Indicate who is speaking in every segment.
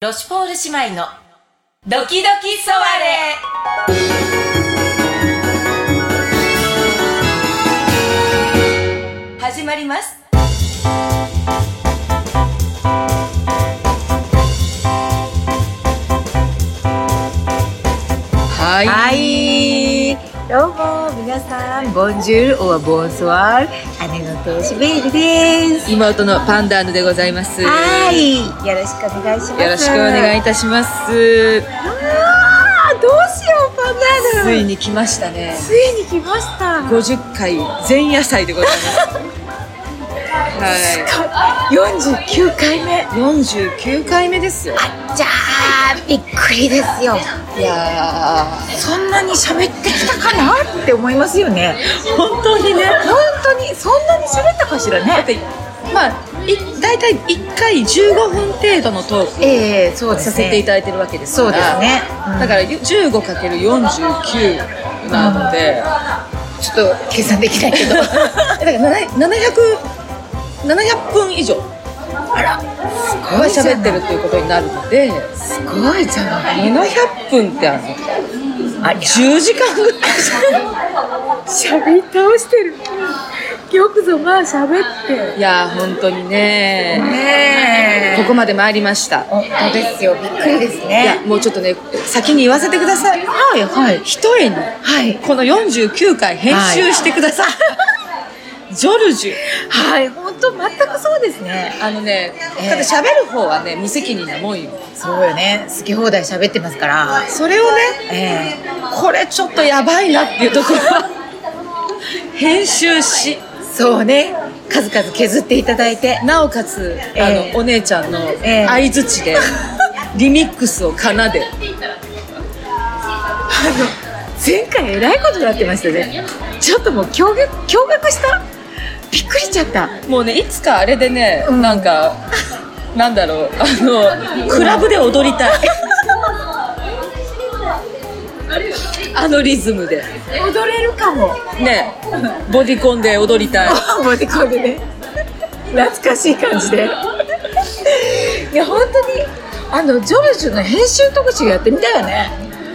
Speaker 1: ロシュポール姉妹のドキドキソワレ始まります
Speaker 2: はい。
Speaker 1: はい
Speaker 2: どうも、皆さん、ボンジュール、オアボンソワール、姉のトーシベールです。
Speaker 1: 妹のパンダーヌでございます
Speaker 2: はい、よろしくお願いします。
Speaker 1: よろしくお願いい
Speaker 2: い。
Speaker 1: たします
Speaker 2: あー、どうしよう、パンダー
Speaker 1: つ
Speaker 2: ル。
Speaker 1: いに来ましたね
Speaker 2: ついに来ました。
Speaker 1: 50回前夜祭でございますは
Speaker 2: 四十九回目。
Speaker 1: い49回目ですよ
Speaker 2: じゃあ、びっくりですよ。
Speaker 1: いや
Speaker 2: そんなに喋ってきたかなって思いますよね。
Speaker 1: ー本当にね
Speaker 2: 本当に、そんなに喋ったかしらね。
Speaker 1: まあい大体1回15分程度のトーク
Speaker 2: ええそうですね。
Speaker 1: させていただいてるわけですから
Speaker 2: そうですねうん
Speaker 1: だから 15×49 なので、ちょっと計算できないけどだから700 700分以上は喋ってるっていうことになるのです
Speaker 2: ごいじゃない。
Speaker 1: 700分ってあの
Speaker 2: あ
Speaker 1: 10時間ぐらい
Speaker 2: しゃべり倒してるよくぞまあしゃべって
Speaker 1: いやー本当にね
Speaker 2: ね
Speaker 1: ここまで参りました
Speaker 2: 本当ですよびっくりです
Speaker 1: いや
Speaker 2: ね
Speaker 1: もうちょっとね先に言わせてください
Speaker 2: はいはい
Speaker 1: 一重に
Speaker 2: はい
Speaker 1: この49回編集してください、 ジョルジュ
Speaker 2: はい本当全くそうですね
Speaker 1: あのね、
Speaker 2: ええ
Speaker 1: ただ喋る方はね無責任なもんよ
Speaker 2: そうよね好き放題しゃべってますから
Speaker 1: それをね
Speaker 2: え
Speaker 1: これちょっとやばいなっていうところ は編集し
Speaker 2: えそうね数々削っていただいて
Speaker 1: なおかつ、
Speaker 2: ええ
Speaker 1: あのお姉ちゃんの
Speaker 2: ええ
Speaker 1: 相づ ちで、リミックスを奏で
Speaker 2: 前回えらいことになってましたねちょっともう驚愕驚愕したびっくりしちゃった
Speaker 1: もうねいつかあれでね、
Speaker 2: うん
Speaker 1: なんかなんだろうあのクラブで踊りたいあのリズムで
Speaker 2: 踊れるかも
Speaker 1: ねボディコンで踊りたい
Speaker 2: 持ち込んでね懐かしい感じでいや本当にあのジョルジュの編集特集やってみたよね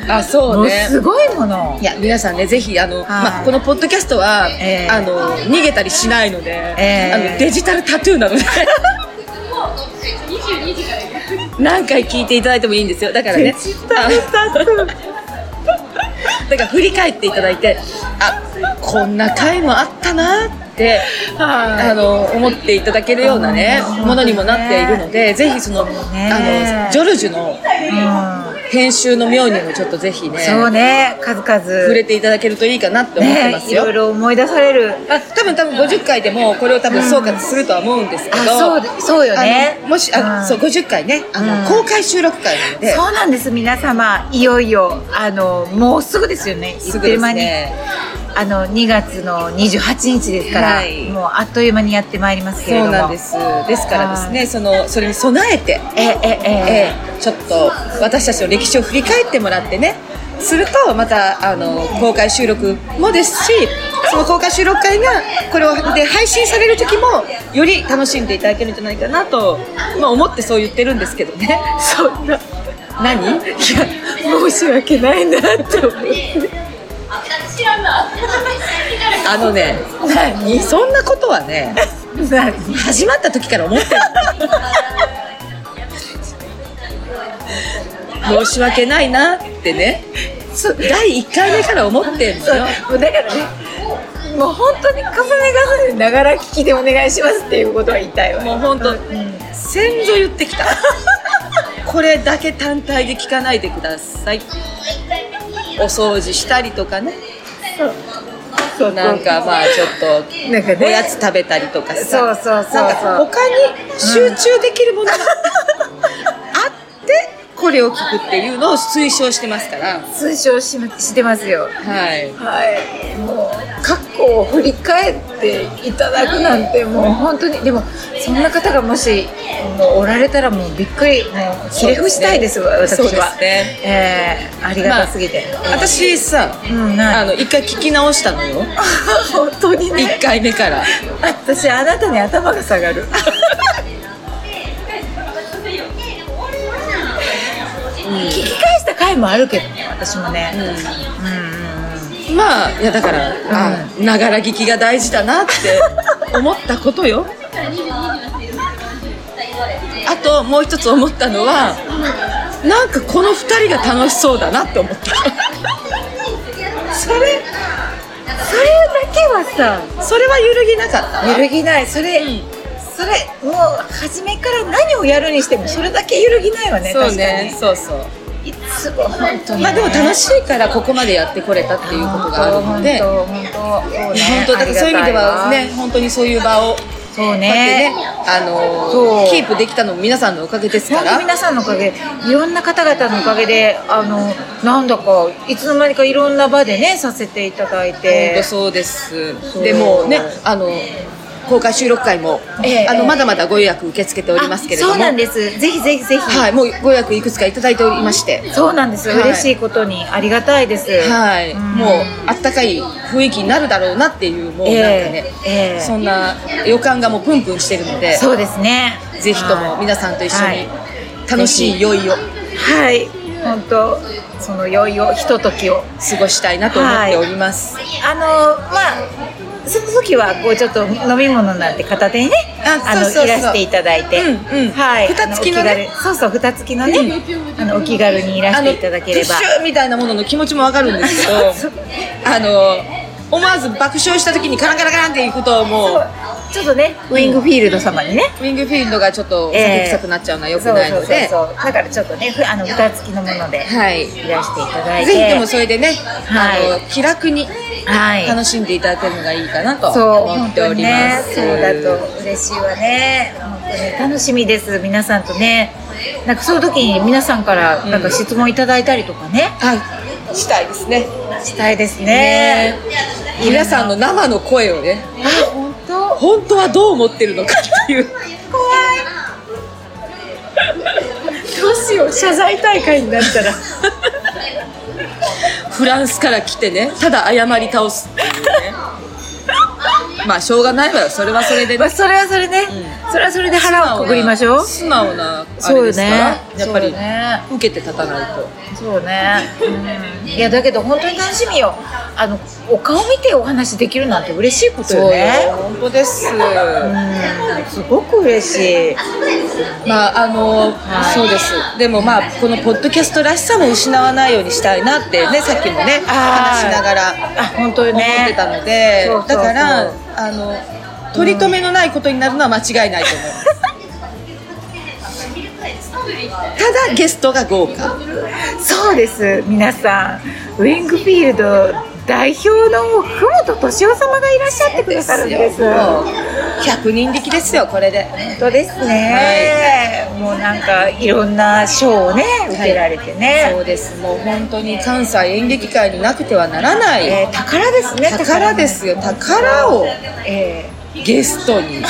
Speaker 1: あそ
Speaker 2: も
Speaker 1: う
Speaker 2: う
Speaker 1: ね
Speaker 2: すごいもの
Speaker 1: いや皆さんねぜひあの、まあ、このポッドキャストは、
Speaker 2: ええ
Speaker 1: あの逃げたりしないので、
Speaker 2: ええ
Speaker 1: あのデジタルタトゥー なので何回聞いていただいてもいいんですよだからねあ だから振り返っていただいてあこんな回もあったなって
Speaker 2: はい
Speaker 1: あの思っていただけるようなね
Speaker 2: うん
Speaker 1: ものにもなっているのでぜひそのあ
Speaker 2: ね
Speaker 1: のジョルジュの
Speaker 2: うん
Speaker 1: 編集の妙にもちょっとぜひね
Speaker 2: そうね数
Speaker 1: 触れ
Speaker 2: 々
Speaker 1: ていただけるといいかなって思ってま
Speaker 2: ね
Speaker 1: す
Speaker 2: い
Speaker 1: よ
Speaker 2: ろい。ろ思い出される
Speaker 1: あ多分多分50回でもこれを多分総括するとは思うんですけど、
Speaker 2: あそうでそうよね
Speaker 1: あのもしあ、
Speaker 2: うん
Speaker 1: そう50回ねあの、
Speaker 2: うん
Speaker 1: 公開収録回なんで
Speaker 2: そうなんです皆様いよいよあのもうすぐですよね
Speaker 1: すぐで
Speaker 2: いっという
Speaker 1: す
Speaker 2: 間に
Speaker 1: ね
Speaker 2: あの2月の28日ですから、
Speaker 1: はい
Speaker 2: もうあっという間にやってまいりますけれど
Speaker 1: そう
Speaker 2: も
Speaker 1: なんですですからですねそのそれに備えて、
Speaker 2: ええええ
Speaker 1: え えちょっと私たちの歴史を振り返ってもらってねするとまたあの公開収録もですしその公開収録会がこれをで配信される時もより楽しんでいただけるんじゃないかなと、まあ、思ってそう言ってるんですけどね
Speaker 2: そんな
Speaker 1: 何
Speaker 2: いや申し訳ないなって思う
Speaker 1: あのね
Speaker 2: 何
Speaker 1: そんなことはね
Speaker 2: 何
Speaker 1: 始まった時から思ってる申し訳ないなってね
Speaker 2: そう
Speaker 1: 第1回目から思ってんのよ
Speaker 2: もうだからねもう本当に重ね重ねながら聞きでお願いしますっていうことは言いたいわ
Speaker 1: もう本当先祖言ってきたこれだけ単体で聞かないでくださいお掃除したりとかね
Speaker 2: そう
Speaker 1: なんかまあちょっと
Speaker 2: なんかね
Speaker 1: おやつ食べたりとかさ
Speaker 2: そうそうそうそう
Speaker 1: なんか他に集中できるものがあ ってこれを聞くっていうのを推奨してますから
Speaker 2: 推奨ししてますよ
Speaker 1: はい
Speaker 2: はいもう過去を振り返っていただくなんてもう本当にでもそんな方がもしもうおられたらもうびっくりもうひれ伏したいですわ私
Speaker 1: そうで
Speaker 2: は
Speaker 1: すね
Speaker 2: ええありがたすぎて、
Speaker 1: 私さ、
Speaker 2: うんない
Speaker 1: あの一回聞き直したのよ
Speaker 2: 本当に
Speaker 1: 1回目から
Speaker 2: 私あなたに頭が下がる聞き返した回もあるけどね私もね、うん
Speaker 1: まあいやだからあながら聞きが大事だなって思ったことよあともう一つ思ったのはなんかこの2人が楽しそうだなって思った
Speaker 2: それそれだけはさ
Speaker 1: それは揺るぎなかった
Speaker 2: 揺るぎないそれ、それもう初めから何をやるにしてもそれだけ揺るぎないわね
Speaker 1: そうねそうそう
Speaker 2: 確かにいつも本当にね、
Speaker 1: まあでも楽しいからここまでやってこれたっていうことがあるので本
Speaker 2: 本当本当そうね
Speaker 1: 当だからそういう意味ではね本当にそういう場をこ
Speaker 2: そう
Speaker 1: うやって
Speaker 2: ね
Speaker 1: ねあの
Speaker 2: そう
Speaker 1: ーキープできたのも皆さんのおかげですか
Speaker 2: 本当
Speaker 1: ら
Speaker 2: 皆さんのおかげでいろんな方々のおかげであのなんだかいつの間にかいろんな場でねさせていただい
Speaker 1: 本
Speaker 2: て
Speaker 1: 当そうです。
Speaker 2: う
Speaker 1: でもうね、あの公開収録会も、
Speaker 2: ええ
Speaker 1: あ
Speaker 2: え
Speaker 1: の
Speaker 2: え
Speaker 1: まだまだご予約受け付けておりますけれども、
Speaker 2: あそうなんですぜひぜひぜひ、
Speaker 1: はい、もうご予約いくつかいただいておりまして、
Speaker 2: そうなんです、
Speaker 1: はい
Speaker 2: 嬉しいことにありがたいです
Speaker 1: はい、
Speaker 2: うん
Speaker 1: もうあったかい雰囲気になるだろうなっていうもうなんかね、
Speaker 2: ええええ
Speaker 1: そんな予感がもうプンプンしてるので、
Speaker 2: そうですね
Speaker 1: ぜひとも皆
Speaker 2: ん
Speaker 1: さんと一緒
Speaker 2: は
Speaker 1: に
Speaker 2: い
Speaker 1: 楽しい酔いを
Speaker 2: はい本当その酔いをひとときを
Speaker 1: 過ごしたいなと思っております。
Speaker 2: あのまあその時はこうちょっと飲み物なんて片手にね
Speaker 1: あ
Speaker 2: あの
Speaker 1: そうそうそう
Speaker 2: いらしていただいて、
Speaker 1: うんうん
Speaker 2: はい
Speaker 1: 蓋付きのね
Speaker 2: あお気軽そうそう蓋付きのね、あのお気軽にいら
Speaker 1: あ
Speaker 2: し
Speaker 1: の
Speaker 2: ていただければ
Speaker 1: プッシュみたいなものの気持ちもわかるんですけど あの思わず爆笑した時にカランカランカランっていくともう
Speaker 2: ちょっとねウィングフィールド様にね、
Speaker 1: ウィングフィールドがちょっと酒臭くなっちゃうのは良く
Speaker 2: そう
Speaker 1: ないの
Speaker 2: そうそう
Speaker 1: で、
Speaker 2: そうだからちょっとねふあの蓋付きのもので
Speaker 1: はい
Speaker 2: いらしていただいて、
Speaker 1: ぜひでもそれでね、
Speaker 2: は
Speaker 1: あの気楽に
Speaker 2: はい
Speaker 1: 楽しんでいただけるのがいいかなと
Speaker 2: そう
Speaker 1: 思
Speaker 2: 本
Speaker 1: ってお
Speaker 2: 当に
Speaker 1: りま
Speaker 2: ね
Speaker 1: す、
Speaker 2: そうだと嬉しいわね本当に楽しみです皆さんとねなんかそういう時に皆さんからなんか質問いただいたりとかね、
Speaker 1: はいしたいですね
Speaker 2: したいです
Speaker 1: ね
Speaker 2: ね
Speaker 1: え皆さんの生の声をね
Speaker 2: あ本当
Speaker 1: 本当はどう思ってるのかっていう
Speaker 2: どうしよう謝罪大会になったら
Speaker 1: フランスから来てねただ謝り倒すっていう ねまあしょうがないわよそれはそれで
Speaker 2: ま
Speaker 1: ね
Speaker 2: あそれはそれね、それはそれで腹をくぐりましょう
Speaker 1: 素直なあれですから、やっぱり、
Speaker 2: そうね
Speaker 1: 受けて立たないと
Speaker 2: そうね、うん、いやだけど本当に楽しみよあのお顔見てお話できるなんて嬉しいことよね
Speaker 1: 本当です、
Speaker 2: うんすごく嬉しい
Speaker 1: まああの、
Speaker 2: はい
Speaker 1: そうですでもまあこのポッドキャストらしさも失わないようにしたいなってねさっきもね
Speaker 2: あ
Speaker 1: 話
Speaker 2: ー
Speaker 1: しながら
Speaker 2: あ本当
Speaker 1: 思
Speaker 2: よね
Speaker 1: ってたので、
Speaker 2: そうそうそう
Speaker 1: だからあの取り留めのないことになるのは間違いないと思います、 ただゲストが豪華
Speaker 2: そうです皆さんウィングフィールド代表の久本敏夫様がいらっしゃってくださるんです
Speaker 1: もう
Speaker 2: 本
Speaker 1: 100人力ですよこれで
Speaker 2: 当ですね、もうなんかいろんな賞をね受けられてね、
Speaker 1: そうですもう本当に関西演劇界になくてはならない、
Speaker 2: えー宝ですね
Speaker 1: 宝ですよ宝を
Speaker 2: え
Speaker 1: ゲストに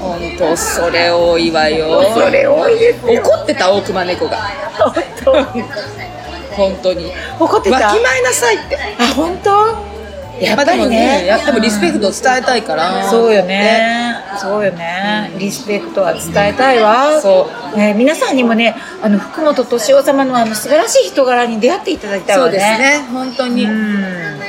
Speaker 1: 本当それ多いわよ
Speaker 2: ーそれ多いですよ
Speaker 1: 怒ってた大熊猫が
Speaker 2: 本
Speaker 1: 本当に
Speaker 2: 当怒って
Speaker 1: わ
Speaker 2: た
Speaker 1: きまえなさいって
Speaker 2: あ本当やっぱり
Speaker 1: まあでも
Speaker 2: ね
Speaker 1: やってもリスペクトを伝えたいから
Speaker 2: そうよね。そうよね。リスペクトは伝えたいわ。。
Speaker 1: そう
Speaker 2: ね、皆さんにもね、あの福本敏夫様のあの素晴らしい人柄に出会っていただきたい
Speaker 1: そ
Speaker 2: わ
Speaker 1: うです
Speaker 2: ね。
Speaker 1: ね本当に、
Speaker 2: うん。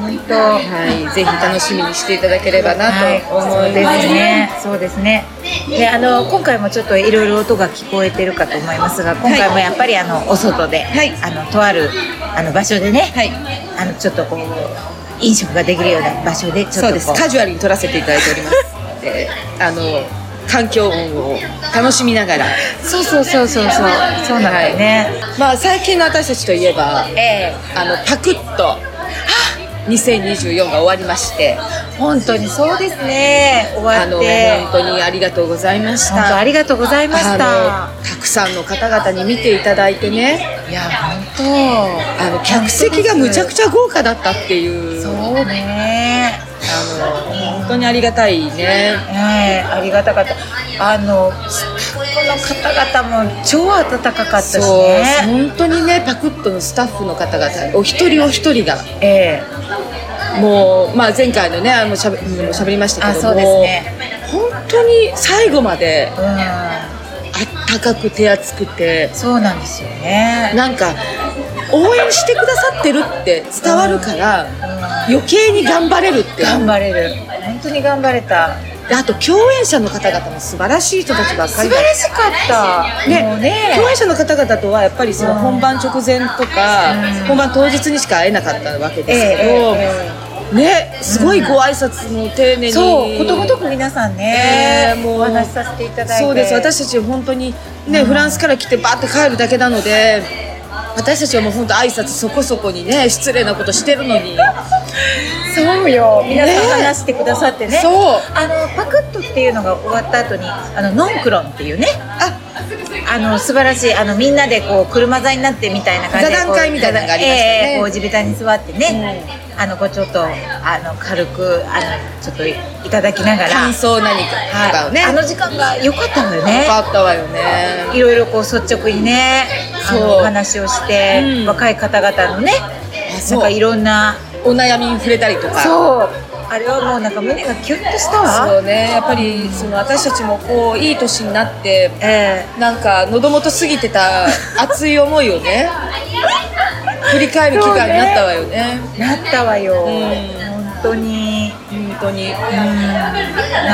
Speaker 2: 本当。
Speaker 1: はい、ぜひ楽しみにしていただければな
Speaker 2: はい
Speaker 1: と思
Speaker 2: そ
Speaker 1: います、
Speaker 2: うですね。そうですね。で、あの今回もちょっといろいろ音が聞こえてるかと思いますが、今回もやっぱりあのお外で、
Speaker 1: はい
Speaker 2: あのとあるあの場所でね、
Speaker 1: はい
Speaker 2: あのちょっとこう飲食ができるような場所でちょ
Speaker 1: そ
Speaker 2: っ
Speaker 1: う
Speaker 2: とこ
Speaker 1: ですカジュアルに撮らせていただいておりますであの環境音を楽しみながら
Speaker 2: そうそうそうそうそうそうなんだよね。
Speaker 1: まあ最近の私たちといえば
Speaker 2: ええ
Speaker 1: あのパクッと2024が終わりまして
Speaker 2: 本当にそうですね。終
Speaker 1: あ
Speaker 2: わ
Speaker 1: の
Speaker 2: って
Speaker 1: 本。当にありがとうございまし
Speaker 2: 本当あ
Speaker 1: た
Speaker 2: りがとうございました。
Speaker 1: のたくさんの方々に見ていただいてね
Speaker 2: いや、本
Speaker 1: あの客席がむちゃくちゃ豪華だったっていう
Speaker 2: 当。そうね。
Speaker 1: あの本当にありがたいね
Speaker 2: ええありがたかった。あの、スタッフの方々も超温かかったし
Speaker 1: そう
Speaker 2: ね。
Speaker 1: 本当にねパクッとのスタッフの方々お一人お一人が
Speaker 2: ええ
Speaker 1: もう、まあ、前回のねあのしゃべもうしゃべりましたけども
Speaker 2: あそうですね
Speaker 1: 本当に最後まで
Speaker 2: うん。
Speaker 1: あったかく手厚くて
Speaker 2: そうなんですよね
Speaker 1: なんか応援してくださってるって伝わるから余計に頑張れるって
Speaker 2: 頑張れる本当に頑張れた
Speaker 1: であと共演者の方々も素晴らしい人たちばっか
Speaker 2: 素
Speaker 1: り
Speaker 2: 晴
Speaker 1: だ
Speaker 2: らしかったもう
Speaker 1: ね
Speaker 2: ね
Speaker 1: 共演者の方々とはやっぱりその本番直前とか
Speaker 2: うん
Speaker 1: 本番当日にしか会えなかったわけ
Speaker 2: ええ
Speaker 1: ですけ
Speaker 2: え
Speaker 1: ど、
Speaker 2: え
Speaker 1: ねすごいご挨拶も丁寧に
Speaker 2: そうことごとく皆さんね、
Speaker 1: ねもう
Speaker 2: お話しさせていただいて
Speaker 1: そうです私たち本当にね、フランスから来てバーって帰るだけなので私たちはもう本当挨拶そこそこにね失礼なことしてるのに
Speaker 2: そうよ皆さ
Speaker 1: ね
Speaker 2: ん話してくださってね
Speaker 1: そう
Speaker 2: あのパクッとっていうのが終わった後にあのノンクロンっていうねああの素晴らしいあのみんなでこう車座になってみたいな感じで
Speaker 1: 座談会みたいなのがありましたね
Speaker 2: こうええこう地べたに座ってね、あのこうちょっとあの軽くあのちょっといただきながら
Speaker 1: 感想何かとかをね、
Speaker 2: はい、あの時間が良かったのよね
Speaker 1: よかったわよね
Speaker 2: いろいろこう率直にねあ
Speaker 1: そう
Speaker 2: のお話をして、
Speaker 1: うん
Speaker 2: 若い方々のね
Speaker 1: そ
Speaker 2: な
Speaker 1: うん
Speaker 2: かいろんな
Speaker 1: お悩みに触れたりとか
Speaker 2: そうあれはもうなんか胸がキュンとした
Speaker 1: そ
Speaker 2: わ
Speaker 1: うねやっぱりその私たちもこういい年になって
Speaker 2: え
Speaker 1: なんか喉元過ぎて た熱い思いをね振り返る機会になったわよね
Speaker 2: えなったわよ、
Speaker 1: ん
Speaker 2: 本当に
Speaker 1: 本当に
Speaker 2: うんな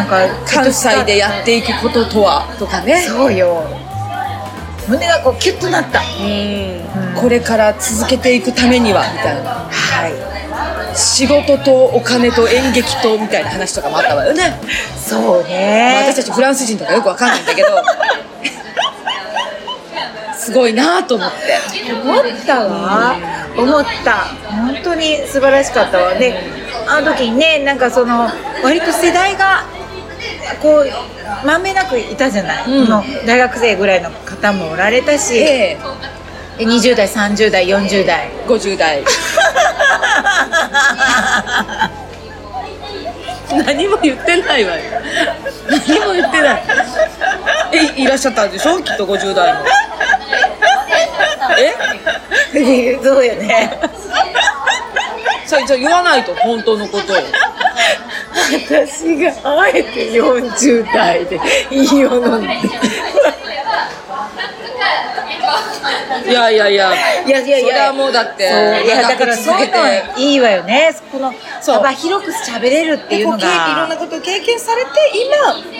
Speaker 2: んか
Speaker 1: 関西でやっていくこととはとかね
Speaker 2: そうよ胸がこうキュッとなった
Speaker 1: うん
Speaker 2: うん
Speaker 1: これから続けていくためにはみたいな
Speaker 2: はい
Speaker 1: 仕事とお金と演劇とみたいな話とかもあったわよね、
Speaker 2: そう
Speaker 1: まあ
Speaker 2: ね
Speaker 1: 私たちフランス人とかよくわかんないんだけ どすごいなと思って
Speaker 2: 思ったわ、思った本当に素晴らしかったわであの時にねなんかその割と世代がこうまんべんなくいたじゃない、
Speaker 1: うん
Speaker 2: その大学生ぐらいの方もおられたし、
Speaker 1: ええ
Speaker 2: で20代30代40代
Speaker 1: 50代何も言ってないわよ何も言ってないえいらっしゃったんでしょきっと50代 もえ
Speaker 2: そうよね
Speaker 1: それじゃあ言わないと本当のことを
Speaker 2: 私があえて40代でいいよ飲んで
Speaker 1: いやいやいや
Speaker 2: いやいやいや
Speaker 1: それはもうだっ
Speaker 2: そ
Speaker 1: て
Speaker 2: ういやだからそう
Speaker 1: 続
Speaker 2: い
Speaker 1: け
Speaker 2: う
Speaker 1: て
Speaker 2: のはいいわよねこの
Speaker 1: そう
Speaker 2: 幅広く喋れるっていうの
Speaker 1: でこうけいろんな
Speaker 2: が
Speaker 1: ことを経験されて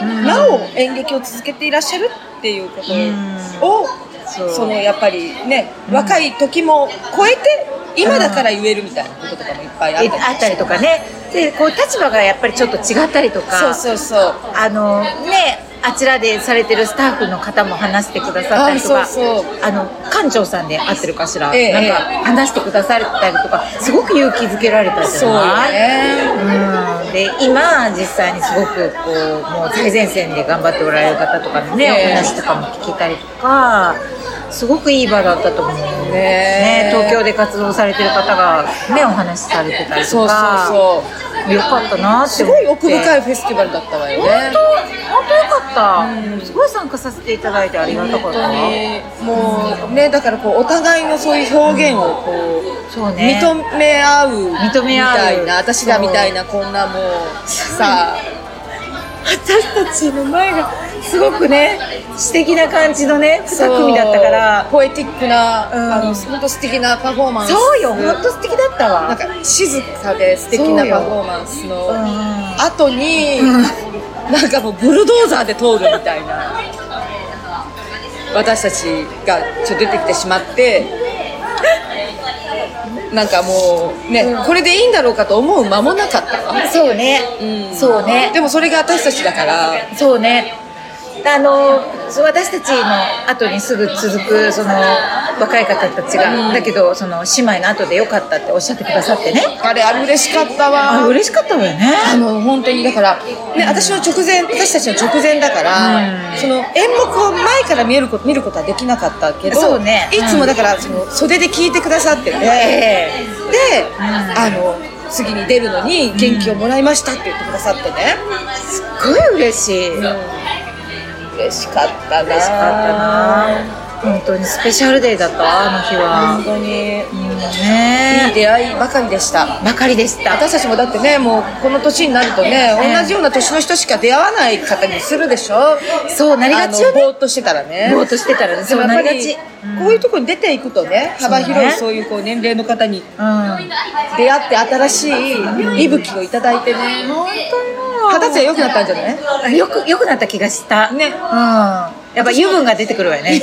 Speaker 1: 今、なお演劇を続けていらっしゃるっていうことを、
Speaker 2: そう
Speaker 1: そのやっぱりね、若い時も超えて今だから言えるみたいなこととかもいっぱいあ
Speaker 2: え
Speaker 1: ったり
Speaker 2: あったりとかねでこう立場がやっぱりちょっと違ったりとか
Speaker 1: そうそうそう
Speaker 2: あのねあちらでされてるスタッフの方も話してくださったりとか
Speaker 1: あそうそう
Speaker 2: あの館長さんで会ってるかしら、
Speaker 1: ええ
Speaker 2: なんか話してくださったりとかすごく勇気づけられたじ
Speaker 1: そ
Speaker 2: ゃ
Speaker 1: う
Speaker 2: ない
Speaker 1: ね
Speaker 2: うんで今実際にすごくこうもう最前線で頑張っておられる方とかのね、
Speaker 1: ええ
Speaker 2: お話とかも聞けたりとかすごくいい場だったと思うね
Speaker 1: ね
Speaker 2: ね
Speaker 1: え
Speaker 2: 東京で活動されてる方がねお話しされてたり
Speaker 1: そ
Speaker 2: と
Speaker 1: う
Speaker 2: か
Speaker 1: そう
Speaker 2: よかったなって思って
Speaker 1: すごい奥深いフェスティバルだったわよ
Speaker 2: 本
Speaker 1: ね
Speaker 2: 当本当よかった、すごい参加させていただいてありがたか
Speaker 1: 本
Speaker 2: った
Speaker 1: 当にもうねだからこうお互いのそういう表現をこう、
Speaker 2: そうね
Speaker 1: 認め合う
Speaker 2: 認め合う
Speaker 1: みたいな私らみたいなこんなもうさ
Speaker 2: 私たちの前がすごくね素敵な感じのね2組だったから
Speaker 1: ポエティックな、
Speaker 2: うん
Speaker 1: あの本当素敵なパフォーマンス
Speaker 2: そうよ本当素敵だったわ
Speaker 1: なんか静かで素敵なパフォーマンスの
Speaker 2: うん
Speaker 1: 後に、なんかもうブルドーザーで通るみたいな私たちがちょっと出てきてしまってなんかもうね、これでいいんだろうかと思う間もなかったわ
Speaker 2: そうね、
Speaker 1: うん
Speaker 2: そうね
Speaker 1: でもそれが私たちだから
Speaker 2: そうねあの私たちの後にすぐ続くその若い方たちが、だけどその姉妹の後でよかったっておっしゃってくださってね
Speaker 1: あれあれ嬉しかった
Speaker 2: あ
Speaker 1: わ
Speaker 2: 嬉しかったわよね
Speaker 1: あの本当にだから、ね、私の直前私たちの直前だから、
Speaker 2: うん
Speaker 1: その演目を前から見えること見ることはできなかったけど
Speaker 2: そうね
Speaker 1: いつもだから、その袖で聞いてくださってて、
Speaker 2: え
Speaker 1: で、あの次に出るのに元気をもらいましたって言ってくださってね、
Speaker 2: すごい嬉しい、
Speaker 1: 嬉しかった
Speaker 2: 嬉しかったな本当にスペシャルデーだったわあの日は
Speaker 1: 本当に、
Speaker 2: うん
Speaker 1: いい
Speaker 2: ね
Speaker 1: 出会いばかりでした
Speaker 2: ばかりでした
Speaker 1: 私たちもだってねもうこの年になるとね
Speaker 2: ええ
Speaker 1: 同じような年の人しか出会わない方にするでしょ
Speaker 2: そうなりがちよね
Speaker 1: あのぼーっとしてたらね
Speaker 2: ぼーっとしてたらね
Speaker 1: で
Speaker 2: そ
Speaker 1: も
Speaker 2: う
Speaker 1: や
Speaker 2: な
Speaker 1: っぱ
Speaker 2: りが
Speaker 1: り
Speaker 2: ち
Speaker 1: こういうところに出ていくとね幅広い
Speaker 2: そ
Speaker 1: そういうこう年齢の方に
Speaker 2: うん
Speaker 1: 出会って新しい息吹をいただいてね
Speaker 2: 本
Speaker 1: 二十
Speaker 2: 当よ
Speaker 1: 歳は良くなったんじゃない
Speaker 2: よくよくなった気がした
Speaker 1: ね
Speaker 2: うんやっぱ油分が出てくるわよ ね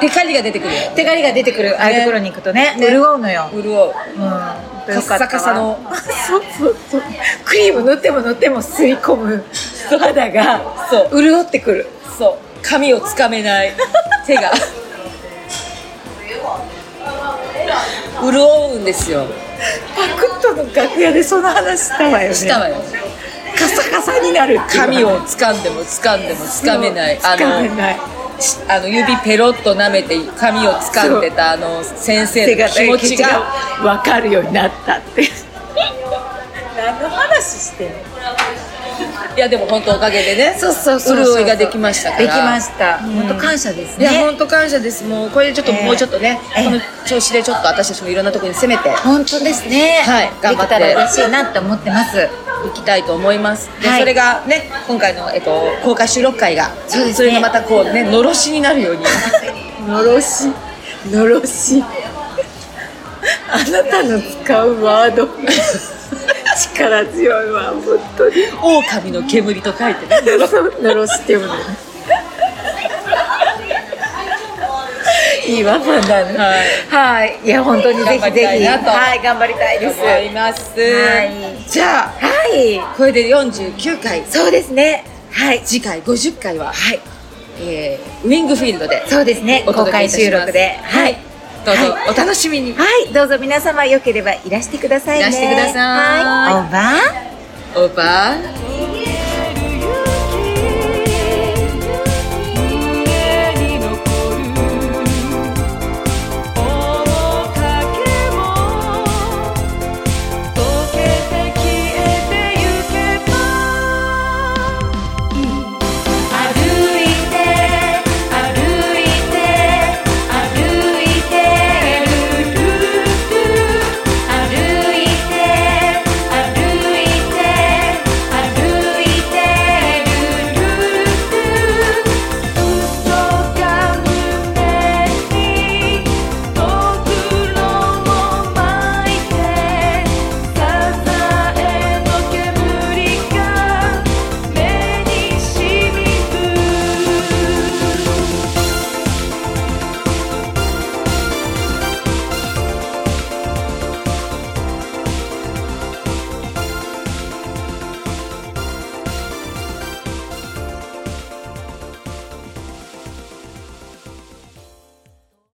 Speaker 1: テカリが出てくるよ
Speaker 2: 手刈りが出てくるああいうところに行くとね
Speaker 1: ね
Speaker 2: 潤うのよ、
Speaker 1: 潤う
Speaker 2: うん、カ
Speaker 1: ッサカサの
Speaker 2: そうそうそうクリーム塗っても塗っても吸い込む肌が
Speaker 1: そう
Speaker 2: 潤ってくる
Speaker 1: そう髪をつかめない 手が潤うんですよ
Speaker 2: パクッとの楽屋でその話したわよね
Speaker 1: したわよ
Speaker 2: カサカサになるっていう
Speaker 1: 髪を掴んでも掴んでも掴めない
Speaker 2: つ
Speaker 1: あ
Speaker 2: かめ
Speaker 1: の
Speaker 2: ない
Speaker 1: しあの指ペロッと舐めて髪を掴んでたあの先生
Speaker 2: 手
Speaker 1: の
Speaker 2: が
Speaker 1: 気持ちが
Speaker 2: 分かるようになったって何の話してんの
Speaker 1: いやでも本当おかげでね
Speaker 2: そうそうそうそう
Speaker 1: 潤いができましたから
Speaker 2: できました
Speaker 1: うん
Speaker 2: 本当感謝です
Speaker 1: いや
Speaker 2: ね
Speaker 1: 本当感謝ですもうこれでちょっと、
Speaker 2: ええ
Speaker 1: もうちょっとね、
Speaker 2: ええ
Speaker 1: この調子でちょっと私たちもいろんなところに攻めて
Speaker 2: 本当ですね
Speaker 1: はい
Speaker 2: で
Speaker 1: 頑
Speaker 2: き
Speaker 1: 張って
Speaker 2: たら嬉しいなって思ってます
Speaker 1: 行きたいと思います。で、
Speaker 2: はい
Speaker 1: それがね、今回の、えっと、公開収録会が、
Speaker 2: そうですね
Speaker 1: れがまたこうね、のろしになる ように。
Speaker 2: のろしのろしあなたの使うワード力強いわ本当に
Speaker 1: 狼の煙と書いてね。
Speaker 2: のろしって読むのねいいわファンだね
Speaker 1: はい
Speaker 2: はいいや本当にぜひぜ
Speaker 1: 頑張りたい
Speaker 2: ひ
Speaker 1: なと
Speaker 2: はい頑張りたいです
Speaker 1: 思います。
Speaker 2: はい
Speaker 1: じゃあ、
Speaker 2: はい
Speaker 1: これで49回、
Speaker 2: そうですねはい
Speaker 1: 次回50回は、
Speaker 2: はい
Speaker 1: えーウィングフィールドで
Speaker 2: そうですね
Speaker 1: お
Speaker 2: 公
Speaker 1: 届け
Speaker 2: 開
Speaker 1: いたします
Speaker 2: 収録ではい
Speaker 1: どうぞ、
Speaker 2: はい
Speaker 1: お楽しみに。
Speaker 2: はいどうぞ皆様よければいらしてくださいね
Speaker 1: いらしてください
Speaker 2: はいおば
Speaker 1: オーバー。